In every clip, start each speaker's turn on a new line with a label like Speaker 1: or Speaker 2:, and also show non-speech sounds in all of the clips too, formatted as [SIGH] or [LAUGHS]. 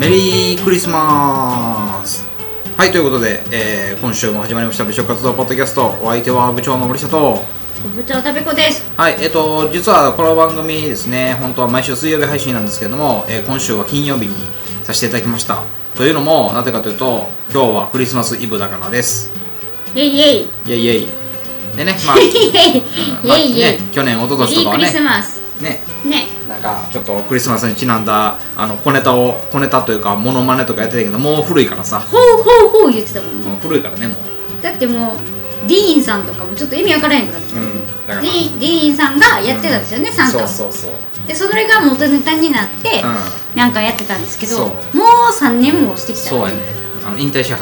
Speaker 1: リークリスマスはいということで、えー今週も始まりました美食活動ポッドキャストお相手は部長の森下と
Speaker 2: 部長たべこです。
Speaker 1: はいえっ、と実はこの番組ですね本当は毎週水曜日配信なんですけれども、えー今週は金曜日にさせていただきましたというのもなぜかというと今日はクリスマスイブだからです
Speaker 2: イェイイ [LAUGHS] ェイ。
Speaker 1: イェイイェイでね
Speaker 2: [LAUGHS]
Speaker 1: まあ
Speaker 2: イェイ
Speaker 1: まあ
Speaker 2: イェイイェ
Speaker 1: ね。
Speaker 2: イ
Speaker 1: 去年一昨
Speaker 2: メ
Speaker 1: 年
Speaker 2: リ
Speaker 1: とかは
Speaker 2: ークリス
Speaker 1: ね
Speaker 2: マス。
Speaker 1: ね
Speaker 2: ね。
Speaker 1: なんかちょっとクリスマスにちなんだあの小ネタを小ネタというかモノマネとかやってたけどもう古いからさ
Speaker 2: ほうほうほう言ってたもんね。
Speaker 1: もう古いからねもう、
Speaker 2: だってもう、ディーンさんとかもちょっと意味わからへんくなってきたもん。
Speaker 1: うん、だから
Speaker 2: ディディーンさんがやってたんですよね、サンタを
Speaker 1: そうそうそう、う
Speaker 2: でそれが元ネタになって、
Speaker 1: ん、
Speaker 2: なんかやってたんですけ
Speaker 1: そ
Speaker 2: ど
Speaker 1: う
Speaker 2: もう3年もしてきた
Speaker 1: そうやねあの引退しはっ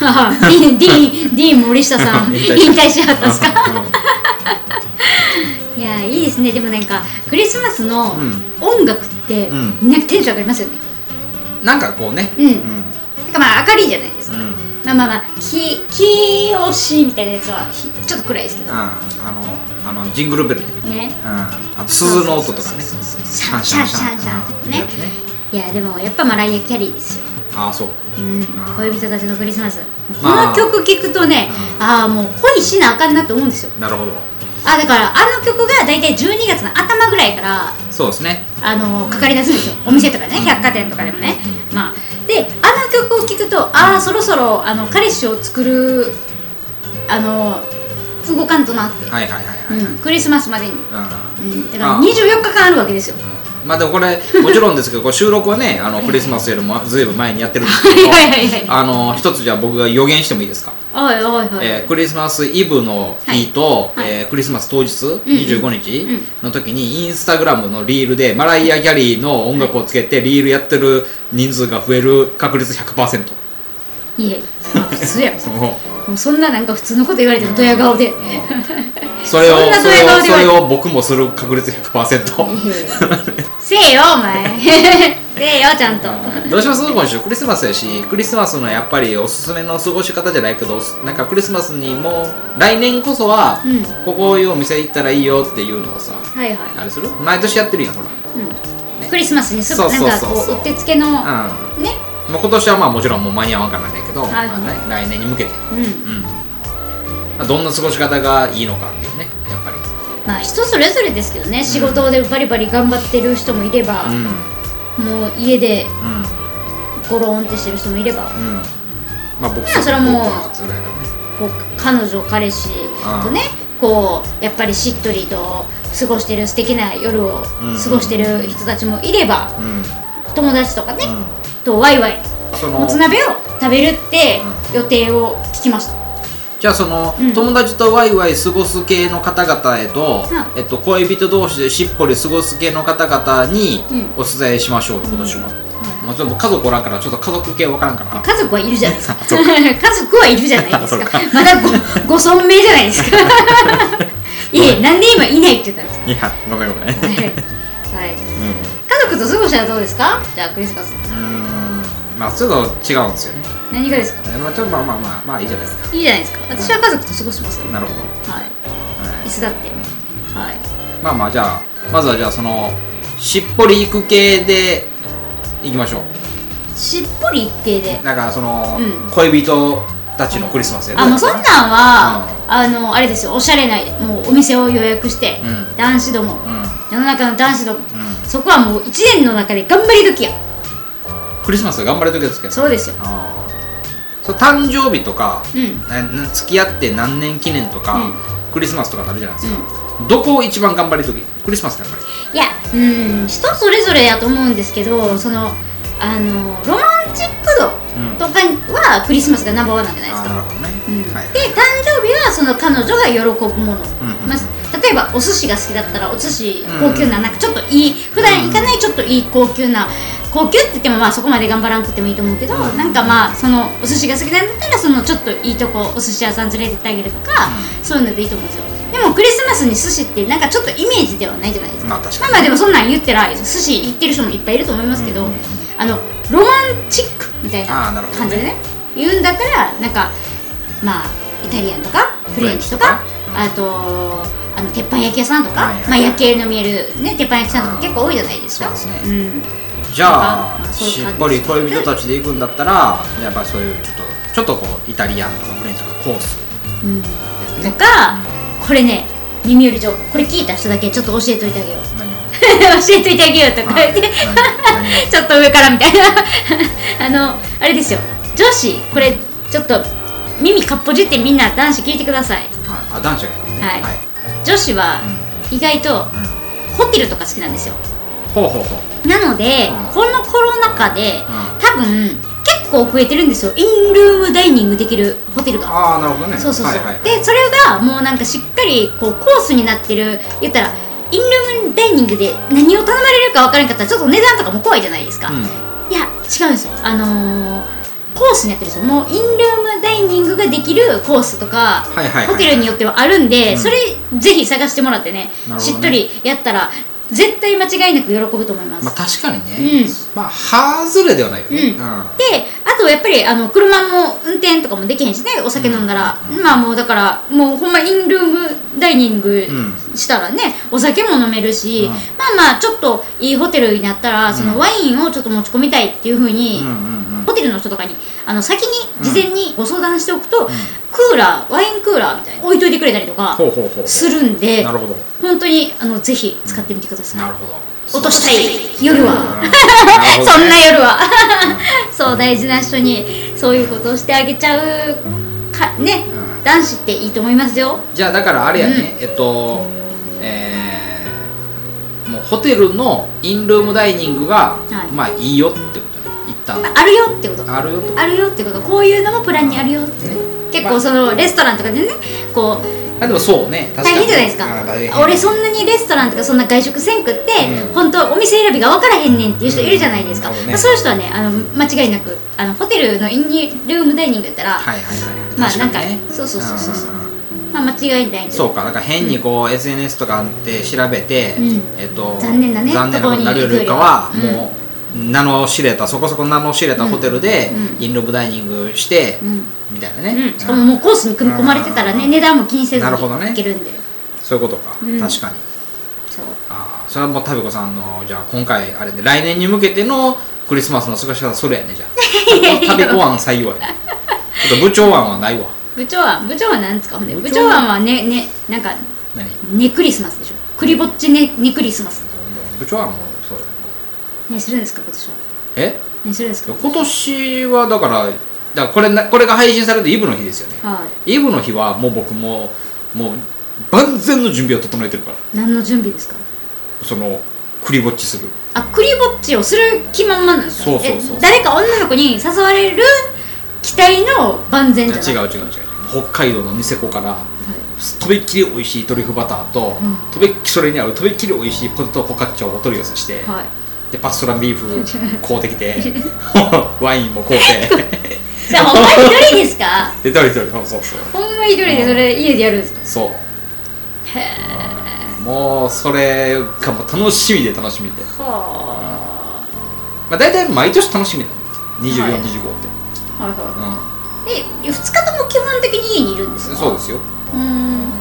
Speaker 1: た
Speaker 2: はは [LAUGHS] ディーンディーンディーン森下さん
Speaker 1: 引退
Speaker 2: [LAUGHS] 引退しはったんですか
Speaker 1: う
Speaker 2: いやいいですねでもなんかクリスマスの
Speaker 1: ん
Speaker 2: 音楽って、
Speaker 1: うん
Speaker 2: なんかテンション上がりますよね
Speaker 1: うんなんかこうね
Speaker 2: うん
Speaker 1: うん
Speaker 2: なんかまあ明るいじゃないですか
Speaker 1: うん、うん、
Speaker 2: まあまあまあ、き、きよしみたいなやつは、ひちょっと暗いですけど。
Speaker 1: あのあのジングルベルね
Speaker 2: ね。
Speaker 1: うん、あと鈴の音とかね
Speaker 2: そうそうそうそう
Speaker 1: シャンシャンシャン
Speaker 2: シャンシャンシャンとかね
Speaker 1: うんやつ
Speaker 2: いや、でも、やっぱマライアキャリーですよ。
Speaker 1: ああそう
Speaker 2: うん、
Speaker 1: あー
Speaker 2: 恋人たちのクリスマス。こ
Speaker 1: まあ
Speaker 2: の曲聴くとね、ああ、もう恋しなあかんなと思うんですよ。
Speaker 1: なるほど
Speaker 2: あ、だから、あの曲が大体12月の頭ぐらいから、
Speaker 1: そうですね
Speaker 2: あの、かかり出すんですよ。お店とかね、百貨店とかでもね。まあ、で、あの曲を聴くと、ああ、そろそろ、あの、彼氏を作る。あの、動かんとなって。
Speaker 1: はいはいはいはい、うん
Speaker 2: うん、クリスマスまでに。うんだから
Speaker 1: あ
Speaker 2: 24日間あるわけですよ。
Speaker 1: まあでもこれもちろんですけどこう収録はねあのクリスマスよりもずいぶん前にやってるんですけど
Speaker 2: はいはいはい
Speaker 1: あの一つじゃあ僕が予言してもいいですか、
Speaker 2: はいはいはい。
Speaker 1: えークリスマスイブの日と、
Speaker 2: はい
Speaker 1: えークリスマス当日
Speaker 2: う
Speaker 1: 25日の時にインスタグラムのリールでマライア・ギャリーの音楽をつけてリールやってる人数が増える確率100%
Speaker 2: いえ、まあ、普通やろ。
Speaker 1: も
Speaker 2: もうそんななんか普通のこと言われてもドヤ顔で。いえいう
Speaker 1: それを
Speaker 2: そんな
Speaker 1: そ
Speaker 2: ド
Speaker 1: れを
Speaker 2: ヤ顔で
Speaker 1: それを僕もする確率100%
Speaker 2: [LAUGHS] えせえよお前。 [LAUGHS] せえよちゃんと。
Speaker 1: どうします今週クリスマスやしクリスマスのやっぱりおすすめの過ごし方じゃないけどなんかクリスマスにもう来年こそは、
Speaker 2: うん
Speaker 1: ここいうお店行ったらいいよっていうのをさ
Speaker 2: はいは
Speaker 1: あれする毎年やってるやんほら
Speaker 2: い。うん。クリスマスにすぐ
Speaker 1: そう
Speaker 2: なん
Speaker 1: そう
Speaker 2: か
Speaker 1: そうそう
Speaker 2: こううってつけのね。
Speaker 1: うんまあ、今年はまあもちろんもう間に合わんからないけど、
Speaker 2: はいはい
Speaker 1: まあね、来年に向けて、
Speaker 2: うん。
Speaker 1: うんまあ、どんな過ごし方がいいのかっていうねやっぱり
Speaker 2: まあ人それぞれですけどね。仕事でバリバリ頑張ってる人もいれば
Speaker 1: う、んうん
Speaker 2: もう家でゴロンってしてる人もいれば、
Speaker 1: うんまあ僕
Speaker 2: いやそれはもう
Speaker 1: 僕辛いからね
Speaker 2: こう彼女彼氏とねこうやっぱりしっとりと過ごしてる素敵な夜を
Speaker 1: うん
Speaker 2: 過ごしてる人たちもいれば、
Speaker 1: うん
Speaker 2: 友達とかね、
Speaker 1: うん
Speaker 2: とワイワイ
Speaker 1: そ
Speaker 2: も
Speaker 1: の
Speaker 2: つ鍋を食べるって
Speaker 1: う
Speaker 2: 予定を聞きました、
Speaker 1: じゃあその、
Speaker 2: うん
Speaker 1: 友達とワイワイ過ごす系の方々へと、
Speaker 2: う
Speaker 1: えっと、恋人同士でしっぽり過ごす系の方々に
Speaker 2: う
Speaker 1: お伝えしましょう、今年は、もちろん家族おらんからちょっと家族系わからんから
Speaker 2: 家族はいるじゃな
Speaker 1: [LAUGHS]
Speaker 2: いですか [LAUGHS] 家族はいるじゃないです
Speaker 1: そう
Speaker 2: か
Speaker 1: か
Speaker 2: まだごご存命じゃないです
Speaker 1: [LAUGHS]
Speaker 2: かいえなんで今いないって言ったんです
Speaker 1: いやごめんご
Speaker 2: [LAUGHS]
Speaker 1: めん、
Speaker 2: か、はいはい、家族と過ごしたらどうですかじゃあクリスマス
Speaker 1: うんまあちょっと違うんですよね
Speaker 2: 何がですか
Speaker 1: まあちょっとまあまあまあまあいいじゃないですか
Speaker 2: いいじゃないですか私は家族と過ごしますよ
Speaker 1: なるほど、
Speaker 2: はい
Speaker 1: はい
Speaker 2: つだってはい
Speaker 1: い、まあまあじゃあまずはじゃあそのしっぽり行く系で行きましょう
Speaker 2: しっぽり一定で
Speaker 1: なんかその、
Speaker 2: うん
Speaker 1: 恋人たちのクリスマスや
Speaker 2: あもうそんなんはあのあれですよおしゃれなもうお店を予約して、
Speaker 1: うん
Speaker 2: 男子ども
Speaker 1: うんうん
Speaker 2: 世の中の男子どもそこはもう1年の中で頑張り時や
Speaker 1: クリスマス頑張る時ですけど
Speaker 2: そうですよ
Speaker 1: あーそう誕生日とか、
Speaker 2: うん
Speaker 1: なな付き合って何年記念とか、
Speaker 2: うん
Speaker 1: クリスマスとかなるじゃないですか、どこを一番頑張る時クリスマスだやっぱり
Speaker 2: いやうん人それぞれやと思うんですけどそのあのロマンチック度
Speaker 1: うん
Speaker 2: とかはクリスマスがナンバーワンなんじゃないです
Speaker 1: あー
Speaker 2: か
Speaker 1: なるほどね、
Speaker 2: うんで誕
Speaker 1: はい
Speaker 2: 生日はその彼女が喜ぶもの、
Speaker 1: うんうん
Speaker 2: まあ、例えばお寿司が好きだったらお寿司
Speaker 1: うん
Speaker 2: 高級ななんかちょっといい普段行かないちょっといい高級な高級って言ってもまあそこまで頑張らなくてもいいと思うけど、
Speaker 1: うん
Speaker 2: なんかまあそのお寿司が好きなんだったらそのちょっといいとこお寿司屋さん連れてってあげるとか、そういうのでいいと思うんですよでもクリスマスに寿司ってなんかちょっとイメージではないじゃないですか、
Speaker 1: まあ確か
Speaker 2: まあ
Speaker 1: に
Speaker 2: まあでもそんなん言ったら寿司行ってる人もいっぱいいると思いますけど、
Speaker 1: うんうんうん
Speaker 2: あのロマンチックみたい
Speaker 1: あー
Speaker 2: な
Speaker 1: なるほどね
Speaker 2: 感じでね言うんだったらなんかまあイタリアンとかフレンチとか
Speaker 1: フレンチとか
Speaker 2: あとあの鉄板焼き屋さんとか、
Speaker 1: はいはいはい
Speaker 2: まあ、夜景の見える、ね、鉄板焼き屋さんとか結構多いじゃないですか
Speaker 1: そうですね
Speaker 2: ん、
Speaker 1: じゃあしっぽり恋人た
Speaker 2: ち、
Speaker 1: ちで行くんだったらやっぱそういうちょっとちょっとこうイタリアンとかフレンチとかコース
Speaker 2: うん、
Speaker 1: です
Speaker 2: と
Speaker 1: ね
Speaker 2: かこれね耳より情報これ聞いた人だけちょっと教えといてあげよう [LAUGHS]
Speaker 1: 何を
Speaker 2: 教えといてあげようとか [LAUGHS] 言って
Speaker 1: 何
Speaker 2: ちょっと上からみたいな [LAUGHS] あのあれですよ女子これちょっと耳かっぽじってみんな男子聞いてください
Speaker 1: をはいあ男子がいるね
Speaker 2: はい
Speaker 1: はい
Speaker 2: 女子は意外
Speaker 1: う
Speaker 2: と
Speaker 1: んうん
Speaker 2: ホテルとか好きなんですよ
Speaker 1: ほうほうほう
Speaker 2: なので、
Speaker 1: うん
Speaker 2: このコロナ禍で、
Speaker 1: ん
Speaker 2: 多分結構増えてるんですよインルームダイニングできるホテルが
Speaker 1: ああなるほどね
Speaker 2: そうそうそ
Speaker 1: は
Speaker 2: う、
Speaker 1: いはいはい
Speaker 2: でそれがもうなんかしっかりこうコースになってる言ったらインルームダイニングで何を頼まれるか分からんかったらちょっと値段とかも怖いじゃないですか、
Speaker 1: うん
Speaker 2: いや違うんですよあのーコースになってるんですよもうインルームダイニングができるコースとか、
Speaker 1: はいはいはい
Speaker 2: ホテルによってはあるんで、
Speaker 1: うん
Speaker 2: それぜひ探してもらってね
Speaker 1: なるほどね
Speaker 2: しっとりやったら絶対間違いなく喜ぶと思います、
Speaker 1: まあ確かにね
Speaker 2: うん
Speaker 1: まあハズレではないよね
Speaker 2: うんであとやっぱりあの車も運転とかもできへんしねお酒飲んだら、
Speaker 1: うん
Speaker 2: まあもうだからもうほんまインルームダイニング
Speaker 1: うん
Speaker 2: したらね、お酒も飲めるし、
Speaker 1: うん
Speaker 2: まあまあちょっといいホテルになったら、そ
Speaker 1: うん
Speaker 2: のワインをちょっと持ち込みたいっていうふうに、
Speaker 1: うんうんうんうん
Speaker 2: ホテルの人とかにあの先に事前にご相談しておくと、
Speaker 1: ん
Speaker 2: クーラーワインクーラーみたいなの置いといてくれたりとか
Speaker 1: ほうほうほうほう
Speaker 2: するんで、
Speaker 1: なるほど
Speaker 2: 本当にあのぜひ使ってみてください、
Speaker 1: なるほど [LAUGHS]
Speaker 2: 落としたい夜は。
Speaker 1: うん
Speaker 2: そんな夜は [LAUGHS] そう大事な人にそういうことをしてあげちゃうかね、
Speaker 1: うん
Speaker 2: 男子っていいと思いますよ
Speaker 1: じゃあだからあれやね、えっとえー、もうホテルのインルームダイニングが、
Speaker 2: はい
Speaker 1: まあいいよってことね一旦
Speaker 2: あるよってこと
Speaker 1: あるよってこ
Speaker 2: あるよってことこういうのもプランにあるよっ
Speaker 1: と
Speaker 2: て
Speaker 1: ね
Speaker 2: 結
Speaker 1: まあ
Speaker 2: 構そのレストランとかでねこう
Speaker 1: あでもそうね確か
Speaker 2: 大
Speaker 1: に
Speaker 2: 変じゃないです
Speaker 1: あ
Speaker 2: か
Speaker 1: 大変
Speaker 2: 俺そんなにレストランとかそんな外食せんくって、
Speaker 1: うん
Speaker 2: 本当お店選びが分からへんねんっていう人いるじゃないですか、
Speaker 1: うんなるほどね
Speaker 2: まあそういう人はねあの間違いなくあのホテルのインルームダイニングやったら、
Speaker 1: はいはいはい
Speaker 2: まあ
Speaker 1: 確にね
Speaker 2: なんかそうそうそうそうん
Speaker 1: んん
Speaker 2: まあ、間違いないけど
Speaker 1: そうかなんか変にこう、SNS とかで調べて、
Speaker 2: うん
Speaker 1: えっと
Speaker 2: 残念なね
Speaker 1: 残念なことになるよりかは、
Speaker 2: ところに行くよりは
Speaker 1: もう名の知れたそこそこ名の知れたホテルで、
Speaker 2: うんうん
Speaker 1: インルームダイニングして、
Speaker 2: うん
Speaker 1: みたいなね、
Speaker 2: うん、しかももうコースに組み込まれてたら
Speaker 1: う
Speaker 2: ね
Speaker 1: ん
Speaker 2: 値段も気にせず
Speaker 1: な
Speaker 2: に
Speaker 1: るほどね
Speaker 2: いけるんで
Speaker 1: そういうことか、
Speaker 2: うん
Speaker 1: 確かに
Speaker 2: そう
Speaker 1: ああそれはもうタビコさんのじゃあ今回あれで来年に向けてのクリスマスの過ごし方それやねじゃあ
Speaker 2: [LAUGHS]
Speaker 1: タビコ案採用やちょっと部長案はないわ
Speaker 2: 部長は部長は何ですかほんで
Speaker 1: 部長
Speaker 2: 部長ははねねなんか
Speaker 1: 何
Speaker 2: ネクリスマスでしょクリぼっちネネクリスマス
Speaker 1: 部長案もそうだよ
Speaker 2: ねするんですか今年は
Speaker 1: え
Speaker 2: ねするんですか
Speaker 1: 今年はだからだからこれなこれが配信されるイブの日ですよね
Speaker 2: はい
Speaker 1: イブの日はもう僕ももう万全の準備を整えてるから
Speaker 2: 何の準備ですか
Speaker 1: そのクリぼっちする
Speaker 2: あクリぼっちをする気満々なんですか
Speaker 1: そうそうそう
Speaker 2: え誰か女の子に誘われる期待の万全
Speaker 1: 違う
Speaker 2: じゃな
Speaker 1: 違う
Speaker 2: い
Speaker 1: 違う違う北海道のニセコからとびっきり美味しいトリュフバターと、
Speaker 2: うん
Speaker 1: とびっきそれに合うとびっきり美味しいポテトフォカッチャをお取り寄せして、
Speaker 2: はい、はい、
Speaker 1: でパストラミー
Speaker 2: [LAUGHS]
Speaker 1: フ買うてきてワインも買うて
Speaker 2: じゃあほんま一人ですか [LAUGHS]
Speaker 1: でどれどれそうそうそう
Speaker 2: ほんま一人でそれ家でやるんですか
Speaker 1: そうもうそれがもう楽しみで楽しみで、
Speaker 2: は
Speaker 1: まあ、大体毎年楽しみだよ2425
Speaker 2: は
Speaker 1: っ
Speaker 2: い
Speaker 1: て、
Speaker 2: あはいはいえ2日とも基本的に家にいるんです
Speaker 1: うん、
Speaker 2: か
Speaker 1: そうですよ
Speaker 2: うーん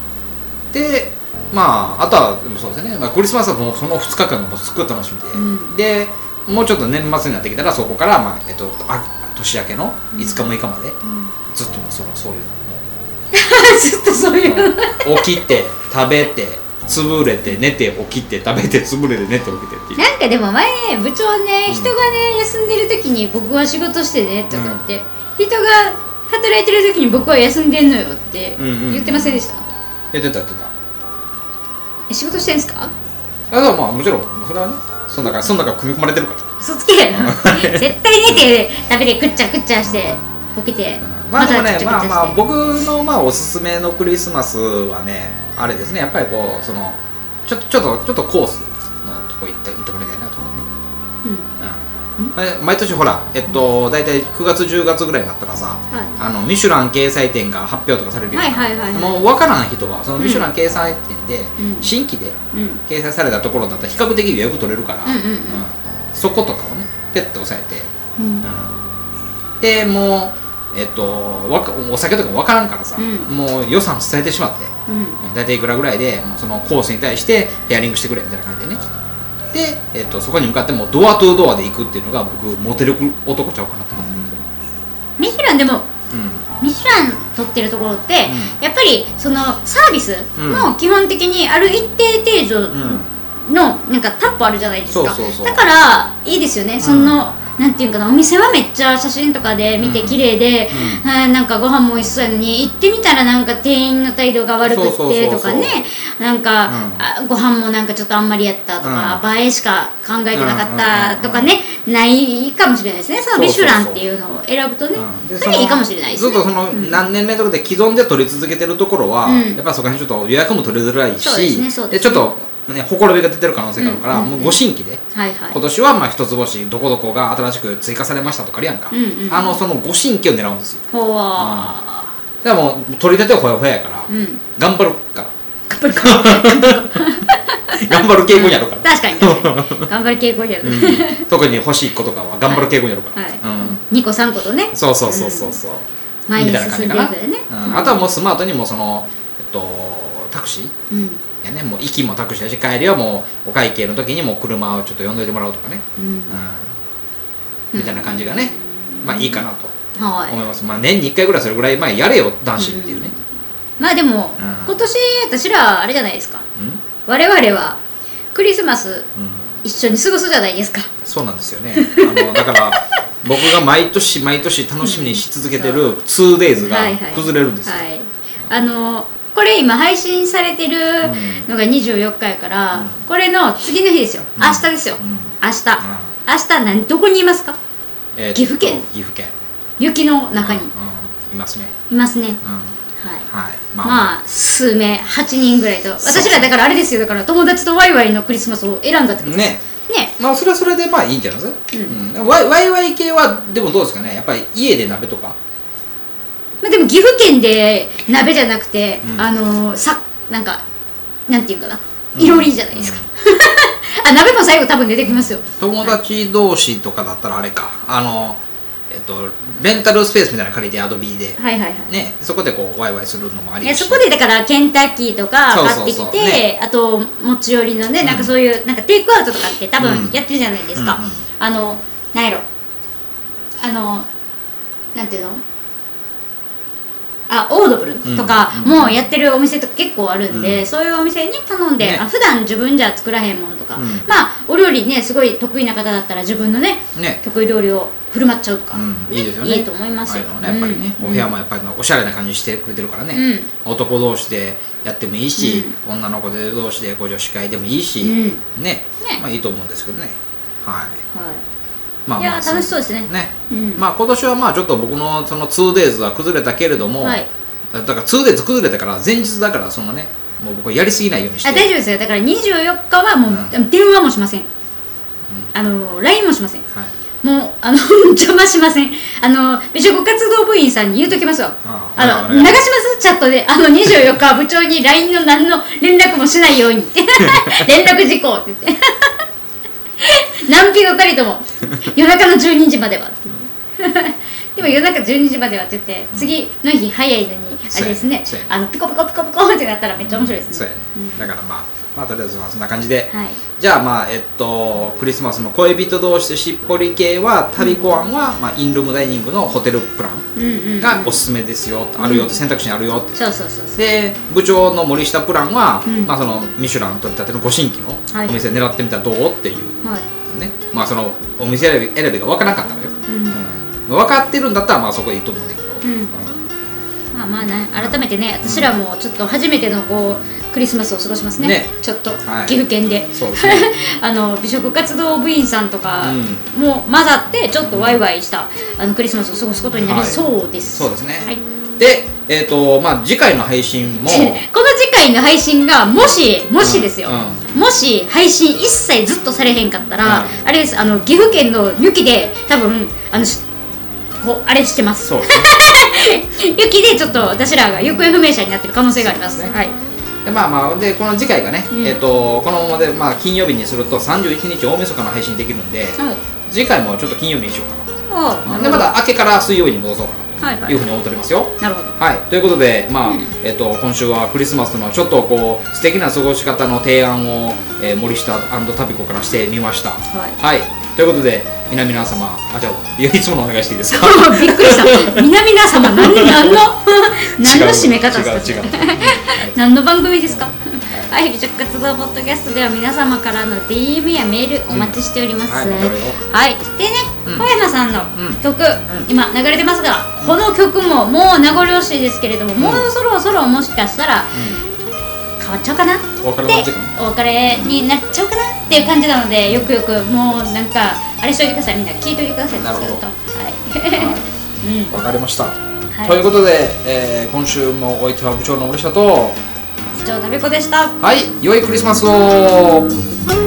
Speaker 2: [LAUGHS]
Speaker 1: でまああとはでもそうですね、まあ、クリスマスはもうその2日間がもうすっごい楽しみで、
Speaker 2: うん
Speaker 1: でもうちょっと年末になってきたらそこから、まあえっと、あ年明けの5日6日まで、ずっともうそのそういうのも
Speaker 2: ずっとそういう
Speaker 1: う起きて [LAUGHS] 食べて潰れて寝て起きて食べて潰れて寝て起きてっていう
Speaker 2: なんかでも前ね部長ね、
Speaker 1: うん
Speaker 2: 人がね休んでる時に僕は仕事してねとか言って、人が働いてる時に僕は休んでんのよって
Speaker 1: うんうん
Speaker 2: 言ってませんでした、
Speaker 1: やってたやってた
Speaker 2: え仕事してんすか
Speaker 1: あでもまあもちろんそれはねその中その中組み込まれてるから [LAUGHS]
Speaker 2: 嘘つけ絶対寝て食べてくっちゃくっちゃしてボケて、
Speaker 1: まあでもね、
Speaker 2: くっちゃ
Speaker 1: ま
Speaker 2: く
Speaker 1: あ
Speaker 2: っちゃして、
Speaker 1: まあ僕のまあおすすめのクリスマスはね、あれですね、やっぱりこうそのちょっとちょっとちょっとコースのとこ行って行ってもらいたいなと思うね。
Speaker 2: うん
Speaker 1: うんあれ。毎年ほら、えっと大体9月10月ぐらいになったらさ、
Speaker 2: は
Speaker 1: あのミシュラン掲載店が発表とかされる
Speaker 2: い、
Speaker 1: よう
Speaker 2: はい
Speaker 1: な。
Speaker 2: はいはいはい
Speaker 1: もうわからん人はそのミシュラン掲載店で
Speaker 2: うん
Speaker 1: 新規で
Speaker 2: うん
Speaker 1: 掲載されたところだったら比較的予約取れるから、
Speaker 2: うんうんうん
Speaker 1: そことかをねペット押さえて
Speaker 2: うん
Speaker 1: でもうえっとわかお酒とか分からんからさ、
Speaker 2: うん
Speaker 1: もう予算伝えてしまって
Speaker 2: うん
Speaker 1: 大体いくらぐらいでもうそのコースに対してペアリングしてくれみたいな感じでねで、えっと、そこに向かってもうドアトゥドアで行くっていうのが僕モテる男ちゃうかなと思って
Speaker 2: ミシュランでも
Speaker 1: うん
Speaker 2: ミシュラン取ってるところって、
Speaker 1: うん
Speaker 2: やっぱりそのサービス
Speaker 1: うん
Speaker 2: も基本的にある一定程度
Speaker 1: うん
Speaker 2: のなんか担保あるじゃないですか
Speaker 1: そうそうそう
Speaker 2: だからいいですよね、そのなんていうかなお店はめっちゃ写真とかで見て
Speaker 1: うん
Speaker 2: 綺麗で、はいなんかご飯も美味しそうやのに行ってみたらなんか店員の態度が悪く
Speaker 1: そう
Speaker 2: っ
Speaker 1: そうそ
Speaker 2: て
Speaker 1: うそう
Speaker 2: とかねなんか、あご飯もなんかちょっとあんまりやったとか、映えしか考えてなかったとかね、ないかもしれないですねそのミシュランっていうのを選ぶとね
Speaker 1: うんで
Speaker 2: そ
Speaker 1: その
Speaker 2: れいいかもしれないです
Speaker 1: ずっ
Speaker 2: ね
Speaker 1: とその何年目とかで既存で取り続けてるところは、
Speaker 2: うん
Speaker 1: やっぱそこら辺ちょっと予約も取りづらいし
Speaker 2: そうですねそうですね
Speaker 1: ちょっと、ね、ほころびが出てる可能性があるから、
Speaker 2: うんうん
Speaker 1: も
Speaker 2: うん
Speaker 1: うご新規で
Speaker 2: はいはい
Speaker 1: 今年はまあ一つ星どこどこが新しく追加されましたとかあるやんか、
Speaker 2: うんうん
Speaker 1: あのそのご新規を狙うんですよ
Speaker 2: ほわ
Speaker 1: だからもう取り立てはほやほややから、
Speaker 2: ーうん
Speaker 1: 頑張る
Speaker 2: [LAUGHS]
Speaker 1: から
Speaker 2: 頑張るか
Speaker 1: 頑張る傾向にあるから、
Speaker 2: [LAUGHS] 確かに確かに頑張る傾向にある、
Speaker 1: うん特に欲しい子とかは頑張る傾向にあるから、
Speaker 2: [LAUGHS] はい2個3個とね
Speaker 1: うん、そうそうそうそうそう、
Speaker 2: 前
Speaker 1: み
Speaker 2: に
Speaker 1: たいな感
Speaker 2: 進
Speaker 1: じ
Speaker 2: ん
Speaker 1: か
Speaker 2: で
Speaker 1: な、
Speaker 2: いくでね
Speaker 1: うん、あとはもうスマートにもうその、えっと、タクシー
Speaker 2: うん
Speaker 1: いやね、もう行きもタクシーだし帰りはもうお会計の時にもう車をちょっと呼んどいてもらうとかね、
Speaker 2: うん
Speaker 1: うん、みたいな感じがね、まあいいかなと
Speaker 2: はい
Speaker 1: 思います、まあ年に1回ぐらいそれぐらい、まあ、やれよ男子っていうね、
Speaker 2: まあでも、
Speaker 1: ん
Speaker 2: 今年私らあれじゃないですか
Speaker 1: うんうん
Speaker 2: 我々はクリスマス一緒に過ごすじゃないですか
Speaker 1: そうなんですよねあのだから [LAUGHS] 僕が毎年毎年楽しみにし続けてる 2days が
Speaker 2: はいはい
Speaker 1: 崩れるんですよ、
Speaker 2: はいあのこれ今配信されてるのが24日やから、
Speaker 1: うん
Speaker 2: これの次の日ですよ
Speaker 1: うん
Speaker 2: 明日ですよ、
Speaker 1: うんうん
Speaker 2: 明日明日何どこにいますか
Speaker 1: えー
Speaker 2: 岐阜県
Speaker 1: 岐阜県
Speaker 2: 雪の中に
Speaker 1: うんうんいますね、
Speaker 2: いますね、
Speaker 1: うん、
Speaker 2: はい
Speaker 1: はいまあ、
Speaker 2: まあ数名8人ぐらいと私らだからあれですよだから友達とワイワイのクリスマスを選んだってことね
Speaker 1: ねまあそれはそれでまあいいんじゃないですか、うんワイワイワイ系はでもどうですかねやっぱり家で鍋とか
Speaker 2: まあ、でも岐阜県で鍋じゃなくて、
Speaker 1: うん
Speaker 2: あのさなんかなんていうかな
Speaker 1: うん
Speaker 2: いろりじゃないですか、 [LAUGHS] あ鍋も最後多分出てきますよ
Speaker 1: 友達同士とかだったらあれかあのえっとレンタルスペースみたいなの借りてアドビーで、
Speaker 2: はいはいはい
Speaker 1: ねそこでこうワイワイするのもあり
Speaker 2: い
Speaker 1: や
Speaker 2: や
Speaker 1: し
Speaker 2: そこでだからケンタッキーとか
Speaker 1: そう
Speaker 2: 買
Speaker 1: そ
Speaker 2: っ
Speaker 1: う
Speaker 2: てきて
Speaker 1: そうね
Speaker 2: あと持ち寄りのね、なんかそういうなんかテイクアウトとかって多
Speaker 1: う
Speaker 2: 分
Speaker 1: ん
Speaker 2: やってるじゃないですか、
Speaker 1: うんうん
Speaker 2: あのなんやろあのなんていうのあオードブルとか
Speaker 1: うんうん
Speaker 2: もやってるお店とか結構あるんで、
Speaker 1: うん
Speaker 2: そういうお店に頼んで、
Speaker 1: ね
Speaker 2: あ普段自分じゃ作らへんもんとか、
Speaker 1: うん
Speaker 2: まあお料理ねすごい得意な方だったら自分のね
Speaker 1: ね、
Speaker 2: 得意料理を振る舞っちゃうとか、
Speaker 1: うん、
Speaker 2: ね
Speaker 1: いいですよね
Speaker 2: と思いますよ
Speaker 1: ああうのねやっぱりね、
Speaker 2: うん
Speaker 1: お部屋もやっぱりおしゃれな感じしてくれてるからね、
Speaker 2: うん
Speaker 1: 男同士でやってもいいし、女の子で同士でこう女子会でもいいし、
Speaker 2: う
Speaker 1: ね
Speaker 2: んね
Speaker 1: まあいいと思うんですけどねはい
Speaker 2: はい
Speaker 1: まあまあ
Speaker 2: いやー楽しそうですね
Speaker 1: ね、
Speaker 2: うん
Speaker 1: まあ今年はまあちょっと僕のその 2days は崩れたけれども、
Speaker 2: はい
Speaker 1: だだから 2days 崩れたから前日だからそのねもう僕はやりすぎないようにして
Speaker 2: あ大丈夫ですよだから24日はもう、電話もしません、あの LINE もしません
Speaker 1: はい
Speaker 2: もうあの [LAUGHS] 邪魔しませんあの美食活動部員さんに言うときますよ
Speaker 1: あ
Speaker 2: あ
Speaker 1: あお
Speaker 2: の
Speaker 1: 願い
Speaker 2: 流しますチャットであの24日は部長に LINE の何の連絡もしないように
Speaker 1: [LAUGHS]
Speaker 2: 連絡事項って言って [LAUGHS] 何日かかり
Speaker 1: [LAUGHS]
Speaker 2: とも夜中の12時まではって言ってでも夜中12時まではって言って次の日早いのにあれですね
Speaker 1: そうやね
Speaker 2: あのピコピコピコピコってなったらめっちゃ面白いですね
Speaker 1: そうやね、だからまあまあとりあえずまあそんな感じで、
Speaker 2: はい
Speaker 1: じゃあまあえっとクリスマスの恋人同士でしっぽり系は旅コアンは、まあ、インルームダイニングのホテルプラン
Speaker 2: うんうんうん
Speaker 1: がおすすめですよ、あるよって選択肢にあるよって
Speaker 2: そうそうそうそう
Speaker 1: で部長の森下プランは、
Speaker 2: うん
Speaker 1: まあ、そのミシュラン取り立てのご新規の
Speaker 2: はい
Speaker 1: お店狙ってみたらどうっていう
Speaker 2: はい
Speaker 1: ねまあそのお店選び選びが分からなかったのよ、
Speaker 2: うん
Speaker 1: うん分かってるんだったらまあそこでいいと思うんだけど、
Speaker 2: んまあまあね改めてね私らもちょっと初めてのこうクリスマスを過ごしますね
Speaker 1: ね
Speaker 2: ちょっと、
Speaker 1: はい
Speaker 2: 岐阜県で
Speaker 1: そうですね
Speaker 2: [LAUGHS] あの美食活動部員さんとか
Speaker 1: う
Speaker 2: も混ざってちょっとワイワイしたあのクリスマスを過ごすことになりそうです、
Speaker 1: そうですね、
Speaker 2: はい
Speaker 1: でえっ、とまあ次回の配
Speaker 2: [LAUGHS]
Speaker 1: 信も
Speaker 2: この次回の配信がもしもしですよ、
Speaker 1: う
Speaker 2: もし配信一切ずっとされへんかったら、
Speaker 1: う
Speaker 2: あれですあの岐阜県の雪で多分あのしこうあれしてます
Speaker 1: そうですね
Speaker 2: 雪でちょっと私らが行方不明者になってる可能性があります
Speaker 1: そうです
Speaker 2: はい
Speaker 1: でまあまあでこの次回がね、
Speaker 2: うん
Speaker 1: えっ、とこのままでまあ金曜日にすると31日大晦日の配信できるんで次回もちょっと金曜日にしようか
Speaker 2: おう
Speaker 1: な、でまた明けから水曜日に戻そうかなと
Speaker 2: はいはい
Speaker 1: いうふうに思っておりますよ。
Speaker 2: なるほど
Speaker 1: はい、ということで、まあ
Speaker 2: うん
Speaker 1: えっと、今週はクリスマスのちょっとこう素敵な過ごし方の提案を、えー森下タピコからしてみました。
Speaker 2: はい
Speaker 1: はい、ということで皆々様あじゃあいやいつものお願いしていいですか
Speaker 2: びっくりした南
Speaker 1: [LAUGHS]
Speaker 2: 皆様何何の何の締め方ですか
Speaker 1: 違う違う違う
Speaker 2: 何の番組ですかはい、美食活動ポッドキャストでは皆様からの DM やメールお待ちしております、
Speaker 1: うんはい待ってるよ
Speaker 2: はいでね、
Speaker 1: うん
Speaker 2: 小山さん
Speaker 1: うん
Speaker 2: の曲、今流れてますがこの曲ももう名残惜しいですけれども、もうそろそろもしかしたら変わっちゃうかな
Speaker 1: お別れの時
Speaker 2: で
Speaker 1: 間
Speaker 2: お別れになっちゃうかなっていう感じなのでよくよくもうなんかあれしといてくださいみんな聞いといてください
Speaker 1: なるほど
Speaker 2: ずっと
Speaker 1: は
Speaker 2: はい [LAUGHS] うん
Speaker 1: いわかりました、
Speaker 2: はい
Speaker 1: ということで、えー今週もお相手は部長の森下と
Speaker 2: 以上食べ子でした
Speaker 1: はい良いクリスマスを
Speaker 2: バイバイ